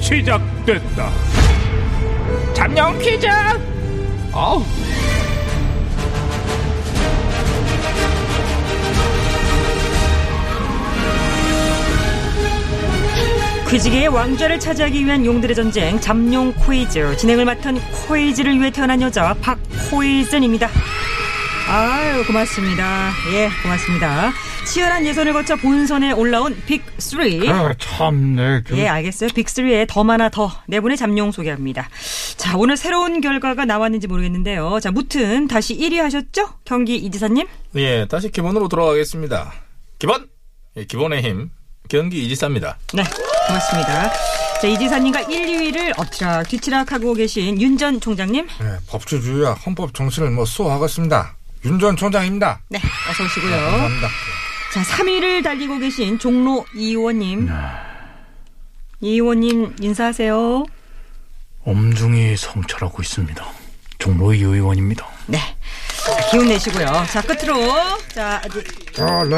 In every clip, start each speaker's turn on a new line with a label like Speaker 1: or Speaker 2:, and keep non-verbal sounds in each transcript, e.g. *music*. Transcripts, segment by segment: Speaker 1: 시작됐다. 잠룡 퀴즈! 아우.
Speaker 2: 퀴즈계의 왕좌를 차지하기 위한 용들의 전쟁 잠룡 코이즈 진행을 맡은 코이즈를 위해 태어난 여자 박코이즌입니다. 아유 고맙습니다. 예 고맙습니다. 치열한 예선을 거쳐 본선에 올라온 빅3
Speaker 3: 아, 참네.
Speaker 4: 그-
Speaker 3: 좀.
Speaker 2: 네. 예, 알겠어요. 빅3의 더 많아 더. 네 분의 잠룡 소개합니다. 자, 오늘 새로운 결과가 나왔는지 모르겠는데요. 자, 무튼 다시 1위 하셨죠? 경기 이지사님?
Speaker 4: 예, 다시 기본으로 돌아가겠습니다. 기본! 예, 기본의 힘. 경기 이지사입니다.
Speaker 2: 네, 고맙습니다. 자, 이지사님과 1, 2위를 엎치락 뒤치락 하고 계신 윤 전 총장님?
Speaker 3: 예, 법치주의와 헌법 정신을 뭐 수호하겠습니다. 윤 전 총장입니다.
Speaker 2: 네, 어서 오시고요.
Speaker 3: 감사합니다.
Speaker 2: 자, 3위를 달리고 계신 종로 이
Speaker 3: 네.
Speaker 2: 의원님. 이 의원님 인사하세요.
Speaker 5: 엄중히 성찰하고 있습니다. 종로 이 의원입니다.
Speaker 2: 네. 자, 기운 내시고요. 자, 끝으로. 자, 아주
Speaker 3: 아, 네.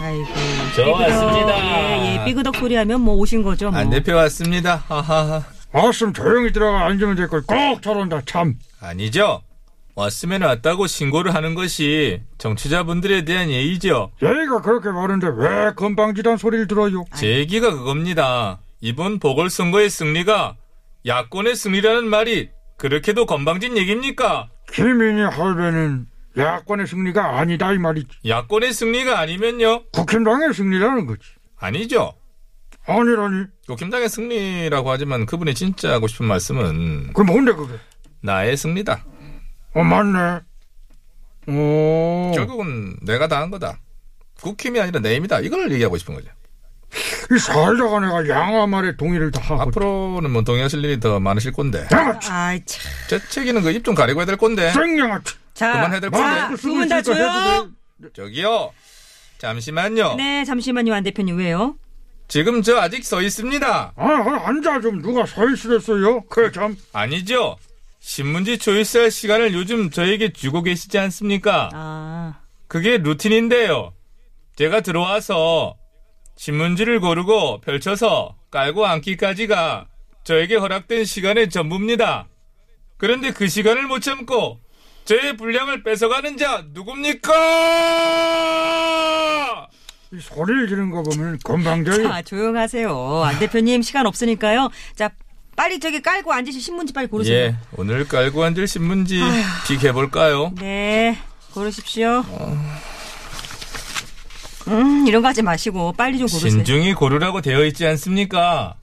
Speaker 2: 아이고.
Speaker 4: 좋았습니다.
Speaker 2: 예, 예, 삐그덕 소리 하면 뭐 오신 거죠, 뭐.
Speaker 4: 안 대표 왔습니다. 하하하.
Speaker 3: 왔으면 조용히 들어가 앉으면 될 걸 꼭 저런다, 참.
Speaker 4: 아니죠? 왔으면 왔다고 신고를 하는 것이 정치자분들에 대한 예의죠.
Speaker 3: 얘가 그렇게 말하는데 왜 건방지단 소리를 들어요?
Speaker 4: 제 얘기가 그겁니다. 이번 보궐선거의 승리가 야권의 승리라는 말이 그렇게도 건방진 얘기입니까?
Speaker 3: 김인희 할배는 야권의 승리가 아니다, 이 말이지.
Speaker 4: 야권의 승리가 아니면요?
Speaker 3: 국힘당의 승리라는 거지.
Speaker 4: 아니죠.
Speaker 3: 아니라니.
Speaker 4: 국힘당의 승리라고 하지만 그분이 진짜 하고 싶은 말씀은
Speaker 3: 그 뭔데, 그게?
Speaker 4: 나의 승리다.
Speaker 3: 어, 맞네.
Speaker 5: 어.
Speaker 3: 어, 오.
Speaker 4: 결국은 내가 다 한 거다. 국힘이 아니라 내 힘이다. 이걸 얘기하고 싶은 거죠.
Speaker 3: 이 사회자가 내가 양아 말에 동의를 다 하고.
Speaker 4: 앞으로는 뭐 동의하실 일이 더 많으실 건데.
Speaker 3: 양아, 치,
Speaker 2: 아이, 참.
Speaker 4: 재채기는 그 입 좀 가리고 해야 될 건데.
Speaker 3: 쌩냥아, 치.
Speaker 2: 자,
Speaker 4: 그만해야
Speaker 3: 네.
Speaker 4: 될 건데.
Speaker 2: 자, 두 분 다
Speaker 3: 쓰고 있으니까 해도
Speaker 2: 조용.
Speaker 3: 돼.
Speaker 4: 저기요. 잠시만요.
Speaker 2: 네, 잠시만요, 안 대표님. 왜요?
Speaker 4: 지금 저 아직 서 있습니다.
Speaker 3: 아, 아, 앉아 좀 누가 서 있으랬어요? 그래 참.
Speaker 4: 아니죠? 신문지 조이스할 시간을 요즘 저에게 주고 계시지 않습니까?
Speaker 2: 아,
Speaker 4: 그게 루틴인데요. 제가 들어와서 신문지를 고르고 펼쳐서 깔고 앉기까지가 저에게 허락된 시간의 전부입니다. 그런데 그 시간을 못 참고 제 분량을 뺏어가는 자 누굽니까?
Speaker 3: 이 소리를 지르는 거 보면 건방져요.
Speaker 2: 자, 조용하세요. 안 대표님, 시간 없으니까요. 자, 빨리 저기 깔고 앉으실 신문지 빨리 고르세요.
Speaker 4: 예, 오늘 깔고 앉을 신문지 픽해볼까요?
Speaker 2: 네, 고르십시오. 음, 이런 거 하지 마시고, 빨리 좀 고르세요.
Speaker 4: 신중히 고르라고 되어 있지 않습니까?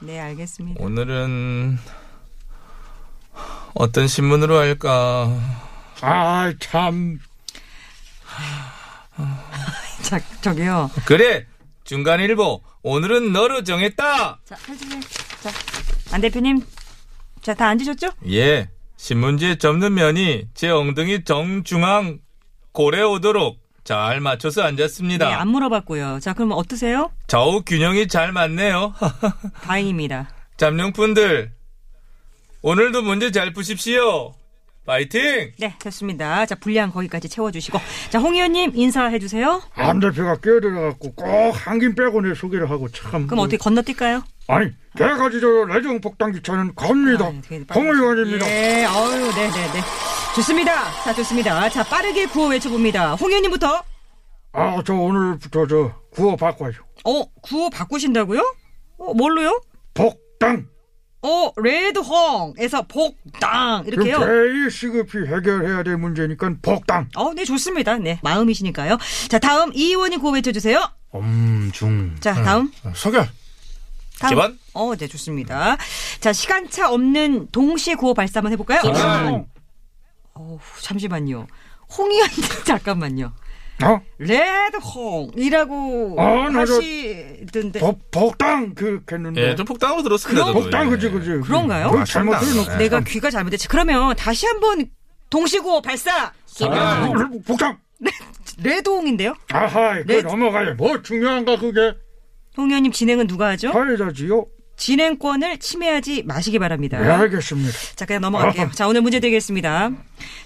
Speaker 2: 네, 알겠습니다.
Speaker 4: 오늘은 어떤 신문으로 할까?
Speaker 3: 아 참.
Speaker 2: 자, 저기요.
Speaker 4: 그래 중간 일보 오늘은 너로 정했다
Speaker 2: 자, 해주세요. 자, 안 대표님. 자, 다 앉으셨죠?
Speaker 4: 예 신문지에 접는 면이 제 엉덩이 정중앙 고래 오도록 잘 맞춰서 앉았습니다
Speaker 2: 네, 안 물어봤고요. 자, 그럼 어떠세요?
Speaker 4: 좌우 균형이 잘 맞네요 *laughs*
Speaker 2: 다행입니다.
Speaker 4: 잠룡분들 오늘도 문제 잘 푸십시오 파이팅
Speaker 2: 네, 됐습니다. 자, 분량 거기까지 채워주시고. 자, 홍 의원님, 인사해주세요.
Speaker 3: 안 대표가 끼어들어갖고 꼭 한김 빼고 내 소개를 하고 참. 뭐.
Speaker 2: 그럼 어떻게 건너뛸까요?
Speaker 3: 아니, 내가 지저 레정 폭탄 기차는 갑니다.
Speaker 2: 아, 되게 빠르-
Speaker 3: 홍 의원입니다.
Speaker 2: 예, 어유 네네네. 좋습니다. 자, 좋습니다. 자, 빠르게 구호 외쳐봅니다. 홍 의원님부터.
Speaker 3: 아, 저 오늘부터 저 구호 바꿔요.
Speaker 2: 어, 구호 바꾸신다고요? 어, 뭘로요?
Speaker 3: 복당.
Speaker 2: 어, 레드홍에서 복당. 이렇게요.
Speaker 3: 제일 시급히 해결해야 될 문제니까 복당.
Speaker 2: 어, 네, 좋습니다. 네, 마음이시니까요. 자, 다음 이 의원님 구호 외쳐주세요.
Speaker 5: 엄중
Speaker 3: 네.
Speaker 2: 자, 다음.
Speaker 3: 소결.
Speaker 2: 다음.
Speaker 4: 기본?
Speaker 2: 어, 네, 좋습니다. 자, 시간차 없는 동시에 구호 발사 한번
Speaker 6: 아, 네.
Speaker 2: 네. 해볼까요? 어우, *laughs* 잠시만요. 홍의원님, 잠깐만요.
Speaker 6: 어?
Speaker 3: 네.
Speaker 2: 레드홍이라고
Speaker 6: 아, 나 저-
Speaker 2: 하시던데
Speaker 5: 복, 복당 그 했는데.
Speaker 4: 예, 좀 폭당으로 들었습니다. 저도.
Speaker 5: 복당
Speaker 4: 예.
Speaker 5: 그지 그지.
Speaker 2: 그런가요?
Speaker 5: 그걸 잘못 들어놓고.
Speaker 6: 네.
Speaker 2: 내가 귀가 잘못됐지. 그러면 다시 한번 동시구호 발사
Speaker 5: 아, 복당.
Speaker 2: 레드홍인데요.
Speaker 5: 아하, 그
Speaker 2: 네.
Speaker 5: 넘어가요. 뭐 중요한가 그게
Speaker 2: 홍 의원님 진행은 누가 하죠?
Speaker 5: 사회자지요.
Speaker 2: 진행권을 침해하지 마시기 바랍니다.
Speaker 5: 네, 알겠습니다.
Speaker 2: 자, 그냥
Speaker 4: *laughs*
Speaker 2: 넘어갈게요. 자, 오늘 문제 드리겠습니다.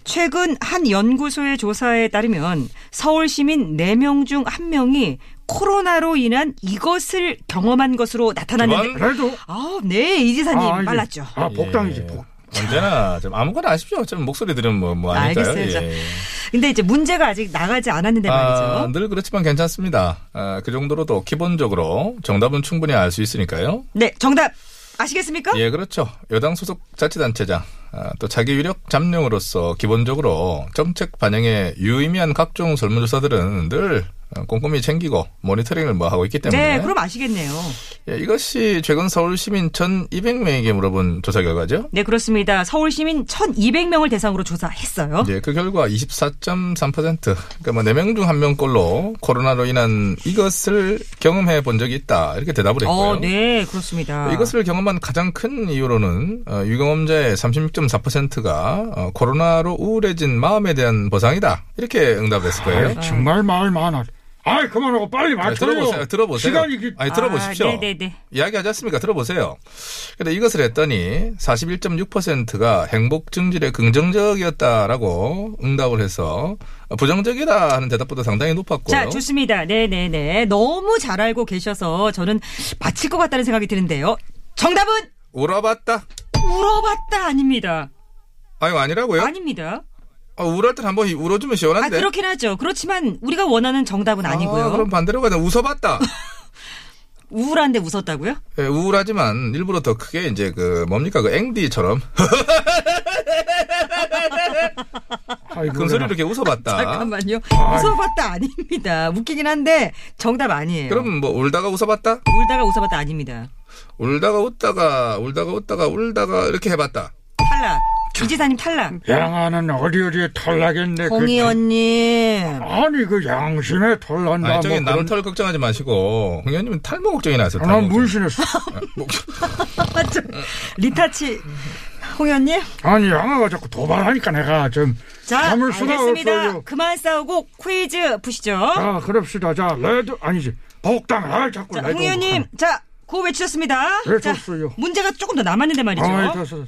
Speaker 2: 최근 한 연구소의 조사에 따르면 서울 시민 4명 중 1명이 코로나로 인한 이것을 경험한 것으로 나타났는데.
Speaker 7: 주방?
Speaker 5: 그래도
Speaker 2: 아, 네, 이지사님
Speaker 5: 이제-
Speaker 2: 빨랐죠.
Speaker 5: 아, 복당이지
Speaker 7: 예.
Speaker 5: 복.
Speaker 4: 언제나 좀 아무거나 하십시오. 좀 목소리 들으면 뭐, 뭐 아닐까요?
Speaker 2: 알겠어요. 근데 이제 문제가 아직 나가지 않았는데
Speaker 4: 아,
Speaker 2: 말이죠.
Speaker 4: 늘 그렇지만 괜찮습니다. 아, 그 정도로도 기본적으로 정답은 충분히 알 수 있으니까요.
Speaker 2: 네, 정답 아시겠습니까?
Speaker 4: 예, 그렇죠. 여당 소속 자치단체장, 아, 또 자기 위력 잠룡으로서 기본적으로 정책 반영에 유의미한 각종 설문조사들은 늘 어, 꼼꼼히 챙기고 모니터링을 뭐 하고 있기 때문에
Speaker 2: 네, 그럼 아시겠네요.
Speaker 4: 예, 이것이 최근 서울 시민 1,200명에게 물어본 조사 결과죠.
Speaker 2: 네, 그렇습니다. 서울 시민 1,200명을 대상으로 조사했어요.
Speaker 4: 예, 그 결과 24.3% 그러니까 뭐 4명 중 1명꼴로 코로나로 인한 이것을 경험해 본 적이 있다. 이렇게 대답을 했고요. 아.
Speaker 2: 어, 네, 그렇습니다.
Speaker 4: 이것을 경험한 가장 큰 이유로는 어, 유경험자의 36.4%가 어, 코로나로 우울해진 마음에 대한 보상이다. 이렇게 응답했을 거예요.
Speaker 5: 아이, 정말 말 많아. 아이 그만하고 빨리
Speaker 4: 아,
Speaker 5: 맞춰요.
Speaker 4: 들어보세요. 들어보세요.
Speaker 5: 시간이 그-
Speaker 4: 아니, 들어보십시오.
Speaker 2: 아, 네네네.
Speaker 4: 이야기하지 않습니까? 들어보세요. 근데 이것을 했더니 41.6%가 행복 증질에 긍정적이었다라고 응답을 해서 부정적이다 하는 대답보다 상당히 높았고요.
Speaker 2: 자, 좋습니다. 네네네. 너무 잘 알고 계셔서 저는 맞힐 것 같다는 생각이 드는데요. 정답은
Speaker 4: 울어봤다.
Speaker 2: 울어봤다 아닙니다.
Speaker 4: 아유 아니라고요?
Speaker 2: 아닙니다.
Speaker 4: 아, 울할 땐 한번 울어주면
Speaker 2: 아,
Speaker 4: 시원한데.
Speaker 2: 그렇긴 하죠. 그렇지만 우리가 원하는 정답은 아니고요.
Speaker 4: 네. 아, 그럼 반대로
Speaker 2: *laughs*
Speaker 4: 가자. 웃어봤다.
Speaker 2: 우울한데 웃었다고요?
Speaker 4: 예, 우울하지만 일부러 더 크게 이제 그 뭡니까 그 앵디처럼 큰
Speaker 5: 아이고,
Speaker 4: 그 소리로
Speaker 5: 내가-
Speaker 4: 이렇게 웃어봤다.
Speaker 2: *laughs* 잠깐만요. 웃어봤다 아닙니다. 웃기긴 한데 정답 아니에요.
Speaker 4: 그럼 뭐 울다가 웃어봤다?
Speaker 2: 울다가 웃어봤다 아닙니다.
Speaker 4: 울다가 웃다가 울다가 웃다가 울다가 이렇게 해봤다.
Speaker 2: 탈락. 이지사님 탈락.
Speaker 5: 양아는 어디 어디에 털나겠네. 그-
Speaker 2: 홍의원님.
Speaker 5: 아니 그 양심에 털난다.
Speaker 4: 아니 저기
Speaker 5: 뭐 그런-
Speaker 4: 남털 걱정하지 마시고 홍 의원님은 탈모 걱정이 나세요.
Speaker 5: 아, 난
Speaker 4: 탈모 걱정.
Speaker 5: 문신했어.
Speaker 2: 맞죠? 리타치. 홍의원님.
Speaker 5: 아니 양아가 자꾸 도발하니까 내가 좀
Speaker 2: 자,
Speaker 5: 참을 수가
Speaker 2: 알겠습니다.
Speaker 5: 없어요. 아.
Speaker 2: 그만 싸우고 퀴즈 푸시죠.
Speaker 5: 자, 그럽시다. 자, 레드 아니지. 복당. 아, 자꾸
Speaker 2: 자,
Speaker 5: 레드.
Speaker 2: 홍 의원님, 자, 구호 외치셨습니다.
Speaker 5: 네,
Speaker 2: 자,
Speaker 5: 줬어요.
Speaker 2: 문제가 조금 더 남았는데 말이죠.
Speaker 5: 아, 됐어, 됐어.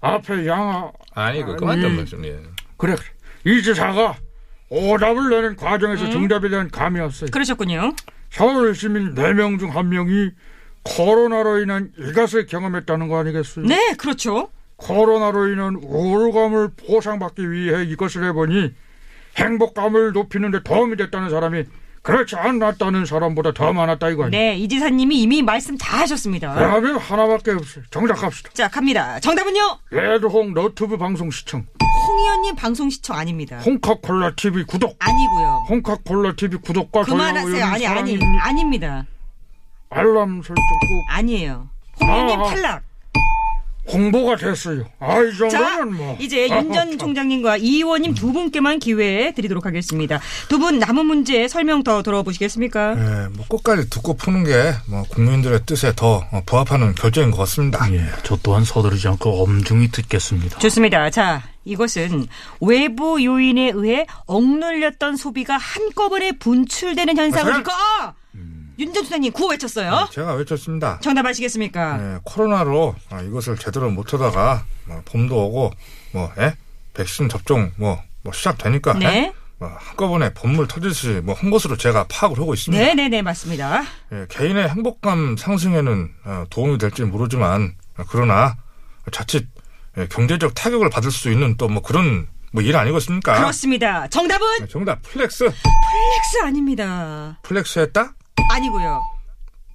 Speaker 5: 앞에 양아
Speaker 4: 아니 그 그만
Speaker 5: 아니.
Speaker 4: 좀 말씀. 예.
Speaker 5: 그래. 그래. 이 지사가 오답을 내는 과정에서 정답에 대한 감이 없어요.
Speaker 2: 그러셨군요.
Speaker 5: 서울 시민 4명 중 1명이 코로나로 인한 이것을 경험했다는 거 아니겠어요?
Speaker 2: 네, 그렇죠.
Speaker 5: 코로나로 인한 우울감을 보상받기 위해 이것을 해보니 행복감을 높이는 데 도움이 됐다는 사람이 그렇지 않았다는 사람보다 더 많았다 이거 아니에요?
Speaker 2: 네, 아. 이지사님이 이미 말씀 다 하셨습니다.
Speaker 5: 대답이 하나밖에 없어요. 정작 갑시다.
Speaker 2: 자, 갑니다. 정답은요?
Speaker 5: 레드홍 너튜브 방송 시청,
Speaker 2: 홍 의원님 방송 시청 아닙니다.
Speaker 5: 홍카콜라 TV 구독,
Speaker 2: 아니고요.
Speaker 5: 홍카콜라 TV 구독과
Speaker 2: 그만하세요. 아니, 아니,
Speaker 5: 사랑입니다.
Speaker 2: 아닙니다.
Speaker 5: 알람 설정 꼭
Speaker 2: 아니에요. 홍 의원님
Speaker 5: 아, 아.
Speaker 2: 탈락.
Speaker 5: 홍보가 됐어요. 아이
Speaker 2: 자,
Speaker 5: 정도면 뭐
Speaker 2: 이제 윤 전 총장님과 이 의원님 두 분께만 기회 드리도록 하겠습니다. 두 분 남은 문제 설명 더
Speaker 5: 네.
Speaker 2: 들어보시겠습니까?
Speaker 6: 예, 뭐 끝까지 듣고 푸는 게 뭐 국민들의 뜻에 더 어, 부합하는 결정인 것 같습니다.
Speaker 5: 예, 저 또한 서두르지 않고 엄중히 듣겠습니다.
Speaker 2: 좋습니다. 자, 이것은 외부 요인에 의해 억눌렸던 소비가 한꺼번에 분출되는 현상을 일컬 아! 윤전 수장님 구호
Speaker 4: 아,
Speaker 2: 외쳤어요.
Speaker 6: 제가 외쳤습니다.
Speaker 2: 정답 아시겠습니까?
Speaker 6: 예, 코로나로 아, 이것을 제대로 못하다가 뭐 봄도 오고 뭐 예? 백신 접종 뭐, 뭐 시작되니까
Speaker 2: 네.
Speaker 6: 예? 뭐 한꺼번에 봄물 터지듯이 뭐한 것으로 제가 파악을 하고 있습니다.
Speaker 2: 네, 네, 네, 맞습니다.
Speaker 6: 예, 개인의 행복감 상승에는 어, 도움이 될지 모르지만 어, 그러나 자칫 예, 경제적 타격을 받을 수 있는 또 뭐 그런 뭐 일 아니겠습니까?
Speaker 2: 그렇습니다. 정답은
Speaker 6: 예, 정답 플렉스
Speaker 2: 플렉스 아닙니다.
Speaker 6: 플렉스 했다?
Speaker 2: 아니고요.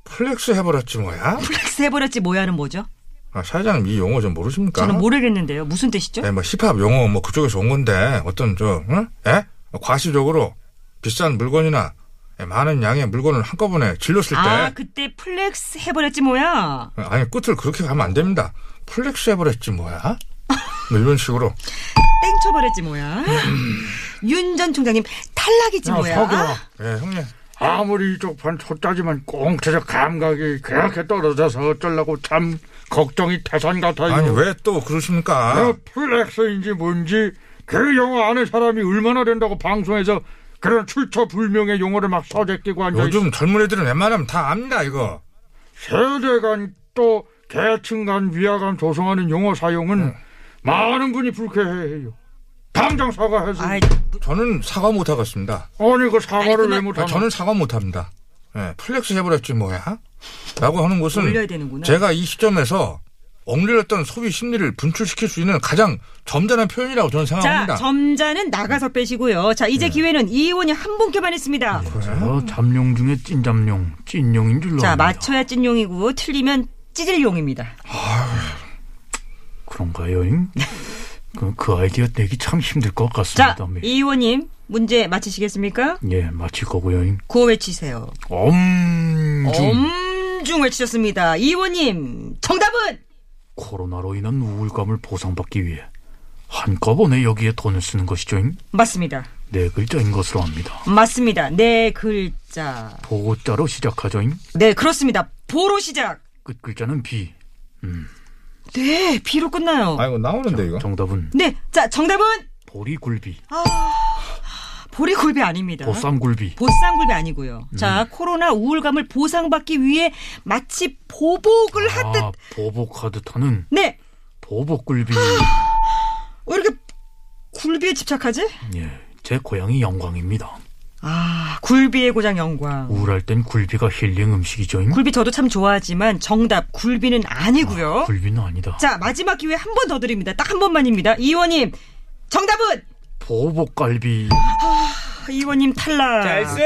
Speaker 6: 플렉스 해버렸지 뭐야?
Speaker 2: 플렉스 해버렸지 뭐야는 뭐죠?
Speaker 6: 아, 사장님 이 용어 좀 모르십니까?
Speaker 4: 아.
Speaker 2: 저는 모르겠는데요. 무슨 뜻이죠?
Speaker 4: 네,
Speaker 6: 예, 뭐 힙합 용어 뭐 그쪽에서 온 건데 어떤 저 응? 예? 과시적으로 비싼 물건이나 예, 많은 양의 물건을 한꺼번에 질렀을 때
Speaker 2: 아, 그- 그때 플렉스 해버렸지 뭐야?
Speaker 6: 아니 끝을 그렇게 가면 안 됩니다. 플렉스 해버렸지 뭐야? 뭐 이런 식으로
Speaker 2: 처벌했지 뭐야. 윤 전 총장님 탈락이지
Speaker 5: 야,
Speaker 2: 뭐야.
Speaker 5: 석유야.
Speaker 3: 예, 형님.
Speaker 5: 아무리 이쪽 반 초짜지만 꽁트적 감각이 그렇게 떨어져서 어쩌려고 참 걱정이 태산 같아요. 어,
Speaker 3: 아니, 왜 또 그러십니까?
Speaker 5: 플렉스인지 뭔지 그 용어 아는 사람이 얼마나 된다고 방송에서 그런 출처 불명의 용어를 막 써제끼고 앉아
Speaker 3: 요즘 젊은 애들은 웬만하면 다 압니다, 이거.
Speaker 5: 세대 간 또 계층 간 위화감 조성하는 용어 사용은
Speaker 3: 네.
Speaker 5: 많은 분이 불쾌해요. 당장 사과해서
Speaker 2: 아이,
Speaker 5: 아니
Speaker 3: 저는 사과 못 하겠습니다.
Speaker 5: 그 사과를
Speaker 2: 아니,
Speaker 5: 왜
Speaker 2: 그만-
Speaker 3: 아,
Speaker 5: 못하나?
Speaker 3: 저는 사과 못 합니다. 예, 플렉스 해버렸지 뭐야? 라고 하는 것은
Speaker 2: 올려야 되는구나.
Speaker 3: 제가 이 시점에서 억눌렸던 소비 심리를 분출시킬 수 있는 가장 점잖은 표현이라고 저는 생각합니다.
Speaker 2: 자, 점자는 나가서 빼시고요. 자,
Speaker 8: 네.
Speaker 2: 이제 기회는 이 의원이 한 분께 반했습니다.
Speaker 8: 어, 잠룡 중에 찐잠룡, 찐룡인 줄로.
Speaker 2: 자,
Speaker 8: 압니다. 아,
Speaker 2: 맞춰야 찐용이고 틀리면 찌질용입니다. *laughs*
Speaker 8: 그런가요? 그, 그 아이디어 내기 참 힘들 것
Speaker 2: 자,
Speaker 8: 같습니다.
Speaker 2: 이 의원님 문제 맞히시겠습니까?
Speaker 8: 예, 마칠 거고요.
Speaker 2: 구호 외치세요.
Speaker 8: 엄중
Speaker 2: 엄중 외치셨습니다. 이 의원님 정답은
Speaker 8: 코로나로 인한 우울감을 보상받기 위해 한꺼번에 여기에 돈을 쓰는 것이죠. 잉?
Speaker 2: 맞습니다.
Speaker 8: 네 글자인 것으로 압니다.
Speaker 2: 맞습니다. 네 글자.
Speaker 8: 보자로 시작하죠. 잉?
Speaker 2: 네 그렇습니다. 보로 시작.
Speaker 8: 끝 글자는 B.
Speaker 2: 네 비로 끝나요.
Speaker 9: 아이고 나오는데 이거.
Speaker 8: 정답은
Speaker 2: 네, 자 정답은
Speaker 8: 보리굴비,
Speaker 2: 아, 보리굴비 아닙니다.
Speaker 8: 보쌈굴비.
Speaker 2: 보쌈굴비 아니고요.
Speaker 8: 음.
Speaker 2: 자 코로나 우울감을 보상받기 위해 마치 보복을 하듯
Speaker 8: 아, 보복하듯 하는
Speaker 2: 네
Speaker 8: 보복굴비.
Speaker 2: 왜 이렇게 굴비에 집착하지?
Speaker 8: 예, 제 고향이 영광입니다.
Speaker 2: 아 굴비의 고장 영광.
Speaker 8: 우울할 땐 굴비가 힐링 음식이죠. 잉?
Speaker 2: 굴비 저도 참 좋아하지만 정답 굴비는 아니고요.
Speaker 8: 굴비는 아니다.
Speaker 2: 자 마지막 기회 한 번 더 드립니다. 딱 한 번만입니다. 이 의원님 정답은 아,
Speaker 8: 보복갈비.
Speaker 2: 이 의원님 탈락.
Speaker 4: 나이스!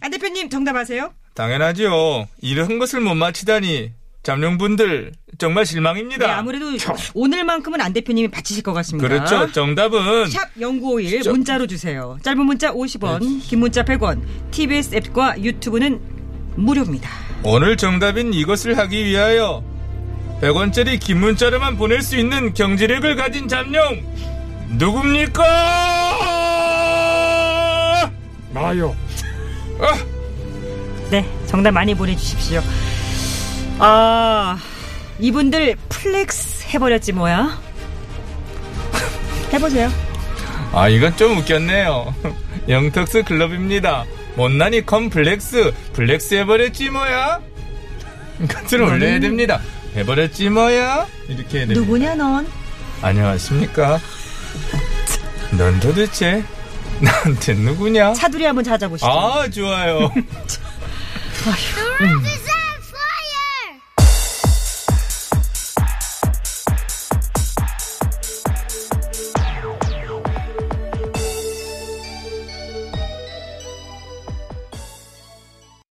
Speaker 2: 안 대표님 정답하세요?
Speaker 4: 당연하지요. 이런 것을 못 맞히다니. 잠룡분들, 정말 실망입니다.
Speaker 2: 네 아무래도 오늘만큼은 안 대표님이 바치실 것 같습니다.
Speaker 4: 그렇죠. 정답은
Speaker 2: 샵 0951 문자로 주세요. 짧은 문자 50원, 긴 문자 100원. TBS 앱과 유튜브는 무료입니다.
Speaker 4: 오늘 정답인 이것을 하기 위하여 100원짜리 긴 문자로만 보낼 수 있는 경제력을 가진 잠룡 누굽니까?
Speaker 5: 나요.
Speaker 2: 네, 정답 많이 보내주십시오. 아, 이분들 플렉스 해버렸지 뭐야? *laughs* 해보세요.
Speaker 4: 아 이건 좀 웃겼네요. *laughs* 영턱스 클럽입니다. 못난이 컴플렉스 플렉스 해버렸지 뭐야? 이것을
Speaker 2: 음.
Speaker 4: 올려야 됩니다. 해버렸지 뭐야? 이렇게 해야 됩니다.
Speaker 2: 누구냐 넌?
Speaker 4: 안녕하십니까? 넌 도대체 나한테 누구냐?
Speaker 2: 차두리 한번 찾아보시죠.
Speaker 4: 아 좋아요.